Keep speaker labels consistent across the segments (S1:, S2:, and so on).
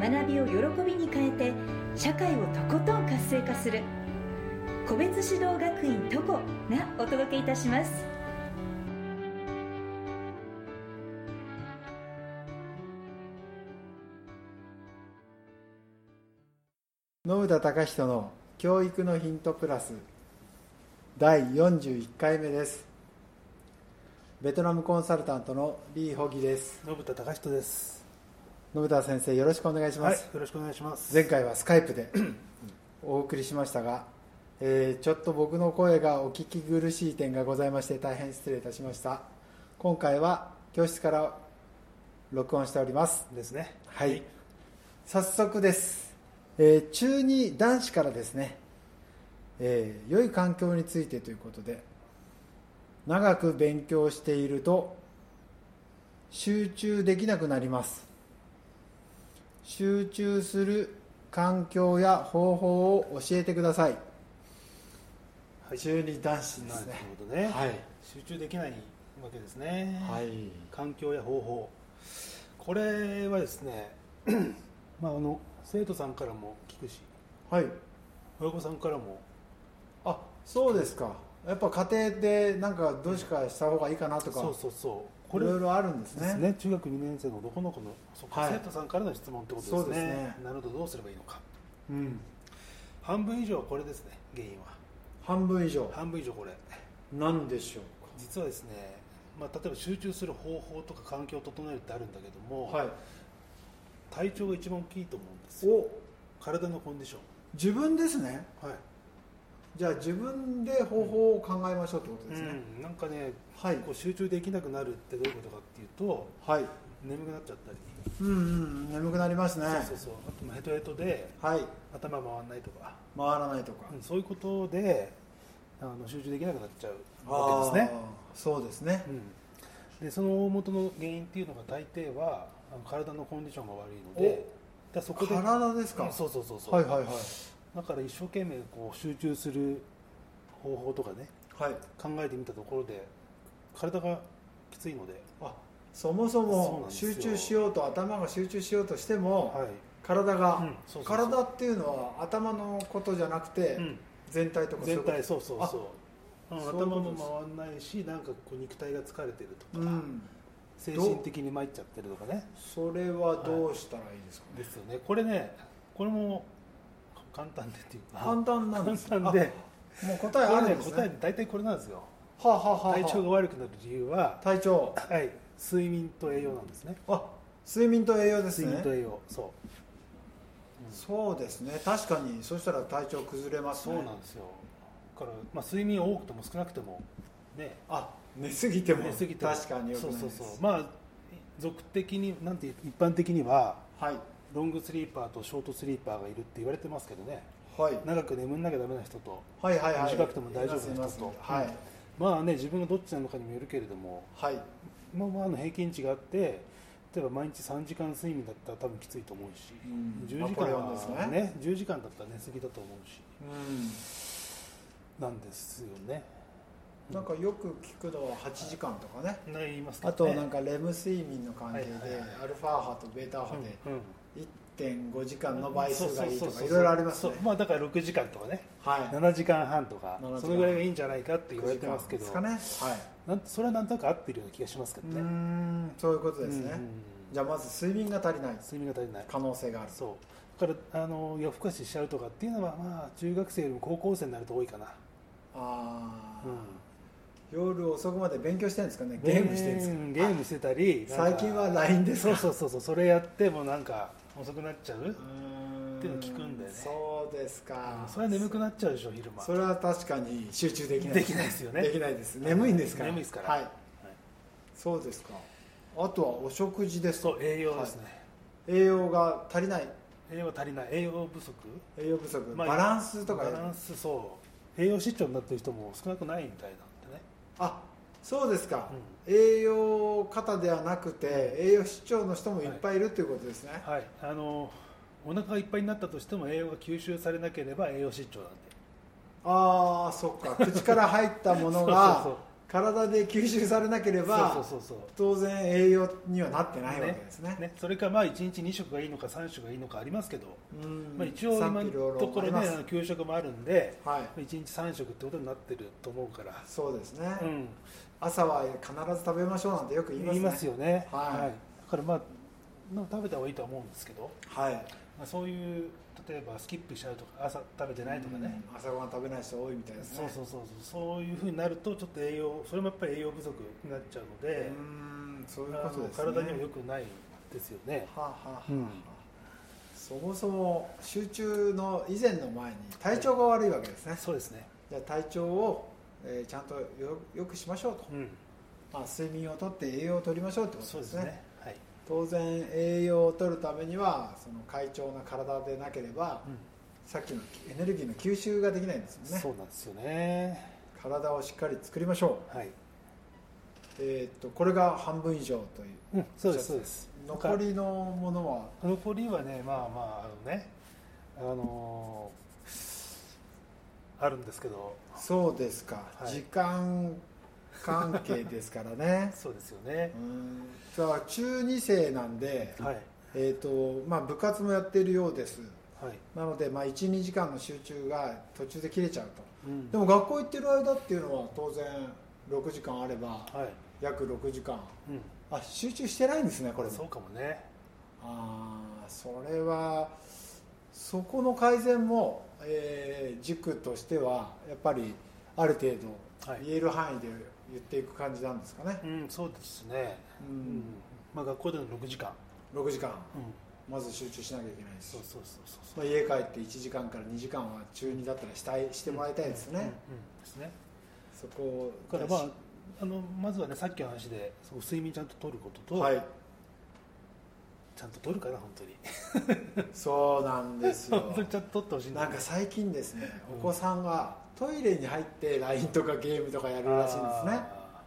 S1: 学びを喜びに変えて社会をとことん活性化する個別指導学院トコがお届けいたします
S2: 信田隆人の教育のヒントプラス第41回目ですベトナムコンサルタントのリー・ホギです
S3: 信田隆人です。
S2: 信田先生よろしくお願いしま
S3: はい、
S2: す、
S3: よろしくお願いします。
S2: 前回はスカイプでお送りしましたが、えーちょっと僕の声がお聞き苦しい点がございまして大変失礼いたしました今回は教室から録音しております
S3: ですね。
S2: はい、早速です、えー中2男子からですね、えー良い環境についてということで長く勉強していると集中できなくなります集中する環境や方法を教えてください、
S3: はい
S2: 中2男子で
S3: な
S2: すね
S3: るほどね、
S2: はい、
S3: 集中できないわけですね。
S2: はい。
S3: 環境や方法。これはですね。 まあ、あの生徒さんからも聞くし、
S2: はい、
S3: 親御さんからも。
S2: あそうですかやっぱ家庭でなんかどうしかした方がいいかなとか
S3: そうそうそう。
S2: いろいろあるんです
S3: で
S2: ね
S3: すね。中学2年生の男の子の、そっか
S2: はい
S3: 生徒さんからの質問ってことですね。
S2: そうですね
S3: なるほど、どうすればいいのか。
S2: うん、
S3: 半分以上はこれですね。原因は。
S2: 半分以上
S3: 半分以上これ。
S2: なんでしょ
S3: 実はですね、まあ、例えば集中する方法とか環境を整えるってあるんだけど
S2: う
S3: も、
S2: かはい
S3: 体調が一番大きいと思うんですよ
S2: お
S3: 体のコンディショ
S2: 自分ですね
S3: ンはい、
S2: じゃあ自分で方法を考えましょうってことですね、
S3: うんなんかね
S2: はい
S3: こう集中できなくなるってどういうことかっていうと
S2: はい
S3: 眠くなっちゃったり、
S2: うんうん眠くなりますね
S3: そうそうそうあとまあヘトヘトで
S2: はい
S3: 頭回らないとか、
S2: 回らないとか
S3: うんそういうことであの集中できなくなっちゃうわけですね、
S2: あーそうですね
S3: うん、でその大元の原因っていうのが大抵はあの体のコンディションが悪いのでだからそこで
S2: 体ですか、
S3: うんそうそうそうそう、
S2: はいはいはい
S3: だから一生懸命こう集中する方法とかね
S2: はい
S3: 考えてみたところで体がきついので、
S2: あそもそ
S3: そう
S2: も
S3: なんですよ
S2: 集中しようと頭が集中しようとしても、
S3: はい
S2: 体が、
S3: うんそうそうそう
S2: 体っていうのは頭のことじゃなくて、
S3: うん
S2: 全体とかそういう
S3: 全
S2: こと
S3: 体そうそうそう、うん
S2: そういう
S3: 頭
S2: ことです
S3: も回らないしなんかこう肉体が疲れてると
S2: う
S3: か、
S2: ん
S3: 精神的に参っちゃってるとかね
S2: それはどうしたらいいですかね、
S3: ですよねこれねこれも簡単でっていうか
S2: 簡単なんです
S3: 簡単で
S2: あもう答えあるんですね
S3: これね答え大体これなんですよ
S2: はあ、はあはあはあ
S3: 体調が悪くなる理由は、
S2: 体調
S3: はい、睡眠と栄養なんですね
S2: あ睡眠と栄養です
S3: 睡眠と
S2: ね
S3: 栄養そう
S2: そうですね確かにそしたら体調崩れます
S3: そう
S2: ね
S3: なんですよ、だから、まあ、睡眠多くとも少なくてもね
S2: あ寝すぎても
S3: 寝すぎても
S2: 確かによくないです
S3: そうそうそうまあ俗的になんて一般的には
S2: はい
S3: ロングスリーパーとショートスリーパーがいるって言われてますけどね
S2: はい
S3: 長く眠んなきゃダメな人と
S2: はいはいはい
S3: 短くても大丈夫
S2: い
S3: な
S2: ます
S3: 人
S2: いま
S3: と
S2: すはい、
S3: まあね自分がどっちなのかにもよるけれども、
S2: はい
S3: まあ、まああの平均値があって例えば毎日3時間睡眠だったら多分きついと思うし、
S2: うん
S3: 10時
S2: ナポレ
S3: 間
S2: オンですね
S3: はね10時間だったら寝すぎだと思うし
S2: う
S3: なんですよね
S2: んなんかよく聞くのは8時間とかね
S3: な言いますけ
S2: あ
S3: ど
S2: と
S3: ね
S2: なんかレム睡眠の関係で
S3: はいはいはい
S2: アルファ波とベータ波で
S3: うんうん
S2: 1.5時間の倍数がいいと
S3: そうそうそう
S2: か
S3: そう
S2: いろいろありますね
S3: そうまあだから6時間とかね
S2: は
S3: 7時間半とか
S2: 7時間
S3: そのぐらいがいいんじゃないかっ
S2: い
S3: て言われてますけど
S2: ですかねはい
S3: なんそれはなんとなく合ってるような気がしますけど
S2: うー
S3: ね
S2: んそういうことですね、
S3: うんうん
S2: じゃあまず睡眠が足りない
S3: 睡眠が足りない
S2: 可能性がある
S3: そうだからあの夜更かししちゃうとかっていうのはまあ中学生よりも高校生になると多いかな、
S2: ああ、
S3: う
S2: 夜遅くまで勉強してるんですかね
S3: ん、
S2: ゲームしてるんですか
S3: うんゲームしてたり
S2: あ
S3: なん
S2: 最
S3: か
S2: 近は LINE です
S3: そ
S2: か
S3: うそうそうそうそれやってもなんか遅くなっちゃう、
S2: うーん
S3: っていうの聞くんだよね
S2: そうですか
S3: それは眠くなっちゃうでしょ昼間
S2: それは確かに集中できない
S3: できないですよね
S2: できないです眠いんですから
S3: 眠いですから
S2: はい
S3: はい
S2: そうですかあとはお食事です
S3: そう栄養ですね、
S2: はい栄養が足りない
S3: 栄養足りない栄養不足
S2: 栄養不足、
S3: まあ
S2: バランスとか
S3: バランスそう栄養失調になってる人も少なくないみたいなんでね
S2: あそうですか、栄養過多ではなくて栄養失調の人もいっぱいいるということですね、
S3: はいあのお腹がいっぱいになったとしても栄養が吸収されなければ栄養失調なんで
S2: ああそっか口から入ったものが
S3: そうそうそう
S2: 体で吸収されなければ
S3: そうそうそうそう
S2: 当然栄養にはなってないわけですね
S3: ね、それかまあ1日2食がいいのか3食がいいのかありますけど、
S2: うん
S3: まあ、一応今のところ
S2: 賛否両
S3: ねあ
S2: 論あ
S3: の
S2: り
S3: 給食もあるんで
S2: ますはい
S3: 1日3食ってことになってると思うから、
S2: そうですね、
S3: うん、
S2: 朝は必ず食べましょうなんてよく言います,、
S3: 言
S2: ね、
S3: いますよね、
S2: はい
S3: だからまあ、まあ、食べた方がいいとは思うんですけど、
S2: はい
S3: まあ、そういう例えばスキップしちゃうとか朝食べてないとかね、
S2: うん朝ごはん食べない人多いみたいですね
S3: そうそうそうそうそういうふうになるとちょっと栄養それもやっぱり栄養不足になっちゃうので
S2: う、んそういうことです
S3: あ
S2: ね
S3: の体にも良くないですよね
S2: はあはあはあ
S3: うん
S2: そもそも集中の以前の前に体調が悪いわけですね、
S3: そうですね、
S2: じゃあ体調を、えーちゃんとよよくしましょうと、
S3: うん、
S2: まあ、睡眠をとって栄養をとりましょうってこと
S3: そう
S2: で
S3: ですす
S2: ね
S3: ねはい、
S2: 当然栄養をとるためにはその快調な体でなければ、
S3: うん
S2: さっきのエネルギーの吸収ができないんですよね
S3: そうなんですよね
S2: 体をしっかり作りましょ
S3: はい、
S2: う、えーっとこれが半分以上という
S3: うん、そうですそうです
S2: 残りのものは
S3: 残りはねまあまああのねあのーあるんですけど
S2: そうですか、
S3: はい
S2: 時間関係ですからね
S3: そうですよね
S2: う、ーんじゃあ中2生なんで、
S3: はい
S2: えーとまあ、部活もやっているようです
S3: はい、
S2: なので、まあ、12時間の集中が途中で切れちゃうと
S3: うん
S2: でも学校行ってる間っていうのは当然6時間あれば
S3: はい、
S2: 約6時間
S3: うん、
S2: あ集中してないんですねこ
S3: こ
S2: れ
S3: れ
S2: も
S3: そうかもね
S2: ああそれはそこの改善も、えー塾としてはやっぱりある程度
S3: はい
S2: 言える範囲で言っていく感じなんですかね、
S3: うんそうですね
S2: う
S3: うん、
S2: ん
S3: まあ学校での6時間
S2: 6時間
S3: うん
S2: まず集中しなきゃいけないし
S3: そうそうそうそ
S2: ま
S3: う
S2: あ、家帰って1時間から2時間は中2だったらしたいしてもらいたいですね、
S3: うん、うんですね
S2: そこを
S3: だからまああのまずはねさっきの話でそう睡眠ちゃんと取ることと、
S2: はい
S3: ちゃんと取るかな本当に
S2: そうなんです よ
S3: 本当にちゃんと取ってほしいんだ
S2: な
S3: よ
S2: ん
S3: ね
S2: か最近ですね
S3: う
S2: お
S3: ん
S2: 子さんがトイレに入って LINE とかゲームとかやるらしいんですね
S3: あ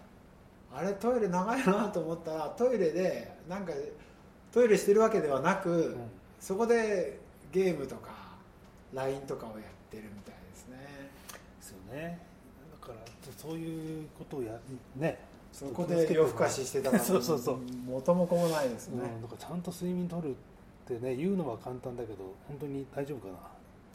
S2: あれトイレ長いなと思ったらトイレでなんかトイレしてるわけではなく、
S3: ーうん
S2: そこでゲームとか LINE とかをやってるみたいですね
S3: ですよねだからそういうことをやね
S2: そこで夜更かししてたから
S3: そうそうそう、
S2: 元も子もないです
S3: う
S2: ね、
S3: ん、だからちゃんと睡眠取るってね言うのは簡単だけど本当に大丈夫かな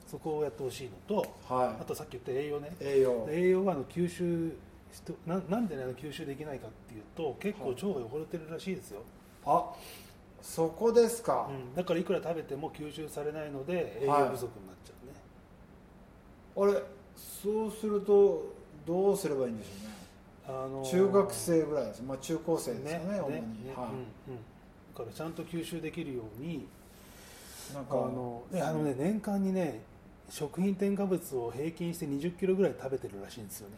S3: そこをやってほしいのと
S2: は
S3: あ
S2: い
S3: とさっき言った栄養ね
S2: 栄養
S3: 栄養があの吸収しとななんで、ね、あの吸収できないかっていうと結構腸が汚れてるらしいですよ、
S2: あそこですか、
S3: うん、だからいくら食べても吸収されないので栄養不足になっちゃうね、
S2: あれそうするとどうすればいいんでしょうね
S3: あのー
S2: 中学生ぐらいです、まあ、中高生ですよね主に、はい
S3: うんうんだからちゃんと吸収できるように
S2: なん
S3: あ
S2: か
S3: のねあのね年間にね食品添加物を平均して2 0キロぐらい食べてるらしいんですよね、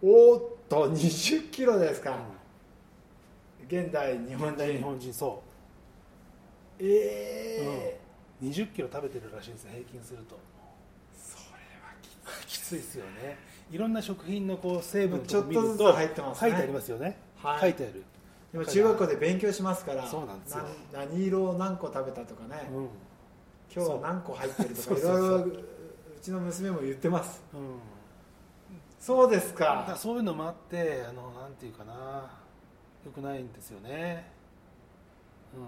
S2: おーっと2 0キロですか、現代日本
S3: 日
S2: 人
S3: 本人そ
S2: ええ
S3: う2 0キロ食べてるらしいんですよ平均すると
S2: そ
S3: きついですよねいろんな食品のこう成
S2: れは
S3: 分
S2: ちょっ
S3: とか見る
S2: とずつ
S3: と
S2: 入ってます
S3: 書
S2: ね
S3: いてありますよね、
S2: はい
S3: 書いてある、
S2: でも中学校で勉強しますから
S3: そうなんですよ
S2: な何色を何個食べたとかね、
S3: うん
S2: 今日は何個入ってると
S3: そ
S2: か
S3: う
S2: い
S3: そう
S2: ろ
S3: そ
S2: いうろうちの娘も言ってます
S3: うん、
S2: そうです
S3: だから
S2: か
S3: そういうのもあってあのなんていうかなよくないんですよねう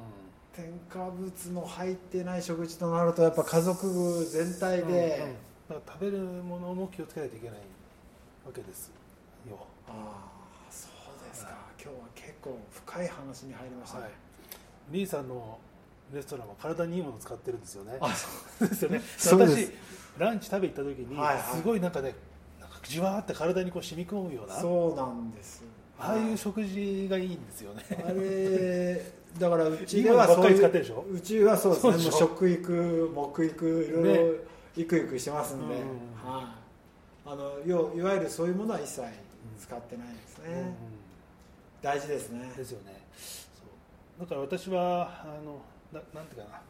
S3: ん
S2: 添加物の入ってない食事となるとやっぱ家族全体で、
S3: うんうんだから食べるものも気をつけないといけないわけですよ、
S2: ああそうですか今日は結構深い話に入りましたね、
S3: い、リーさんのレストランは体にいいものを使ってるんですよね
S2: あ
S3: そうですよね
S2: そうです
S3: 私ランチ食べ行った時に、
S2: はいはい
S3: すごいなんかねなんかじわーって体にこう染み込むような
S2: そうなんです
S3: ああいう食事がいいんですよね
S2: あれだからうちで
S3: 今
S2: は
S3: ばっ
S2: そう
S3: かり
S2: い
S3: 使ってるでしょ
S2: ううちはそうですね
S3: そうでしょ
S2: もう食育木育いろいろいくいくしてますんで、
S3: うん
S2: はい、あのよういわゆるそういうものは一切使ってないですね、
S3: うん
S2: 大事ですね
S3: ですよねそうだから私はあのななんていうかな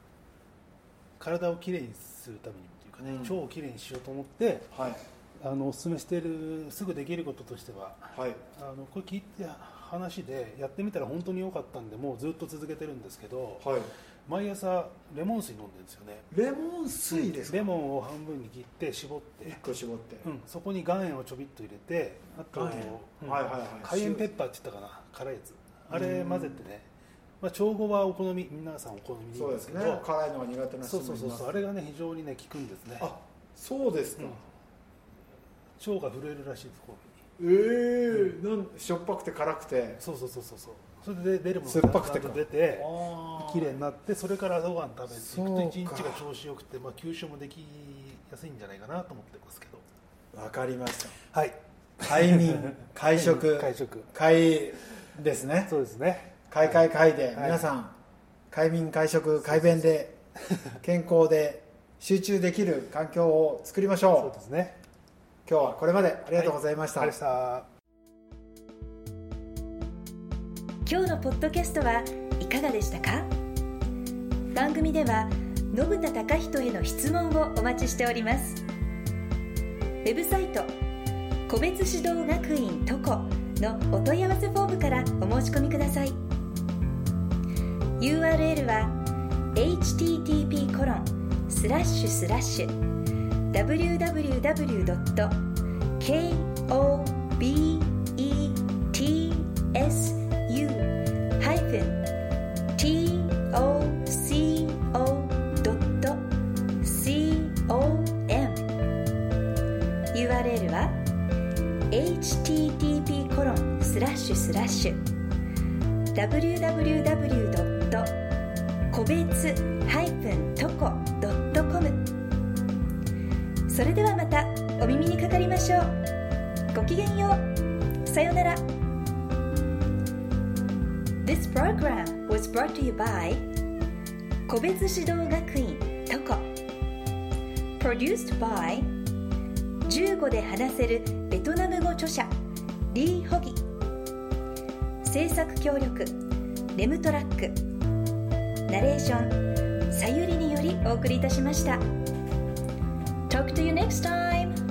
S3: 体をきれいにするためにっていうかね、
S2: うん
S3: 腸をきれいにしようと思って
S2: はい
S3: あのおすすめしているすぐできることとしては
S2: はい
S3: あのこれ聞いて話でやってみたら本当に良かったんでもうずっと続けてるんですけど、
S2: はい
S3: 毎朝レモン水飲んでるんですよね
S2: レモン水ですか
S3: レモンを半分に切って絞って
S2: 1、個絞って、
S3: うん、そこに岩塩をちょびっと入れてあと、
S2: 岩塩
S3: うん
S2: はいはいはい
S3: カイエンペッパーって言ったかな辛いやつあ
S2: う
S3: れ
S2: ん
S3: 混ぜてね、まあ、調合はお好み皆さんお好みでいい
S2: そ
S3: ん
S2: う
S3: で
S2: です
S3: すけ
S2: ね
S3: ど
S2: 辛いのが苦手な人もいま
S3: そうそう
S2: す
S3: そうそうあれがね非常にね効くんですね
S2: あそうです
S3: う
S2: か
S3: ん、腸が震えるらしいですこういう
S2: ええなんしょっぱくて辛くて
S3: ふうにそうそうそうそうそうそれで出るもの
S2: 酸っぱくてか
S3: だんだんと出て
S2: あー
S3: 綺麗になってそれから朝ごはん食べてい
S2: そうか
S3: くと一日が調子よくて、まあ、吸収もできやすいんじゃないかなと思ってますけど
S2: わかりました
S3: はい
S2: 快眠会食
S3: 会食
S2: 会ですね
S3: そうですね
S2: 会会会で、
S3: はい
S2: 皆さん快眠会食快便で健康で集中できる環境を作りまし
S3: そう
S2: ょう
S3: ですね
S2: 今日はこれまでありがとうございました、
S3: ありがとうございました
S1: 今日のポッドキャストはいかがでしたか番組では信田貴人への質問をお待ちしておりますウェブサイト個別指導学院トコのお問い合わせフォームからお申し込みください URL は http コロンスラッシュスラッシュ www. k-o-b-e-t-s-u-toco.com ドット URL は http コロンスラッシュスラッシュ www. 個別 -toco.com それではまたお耳にかかりましょうごきげんようさようなら This program was brought to you by 個別指導学院 TOCO Produced by 15で話せるベトナム語著者リー・ホギ制作協力レムトラックナレーションさゆりによりお送りいたしました Talk to you next time!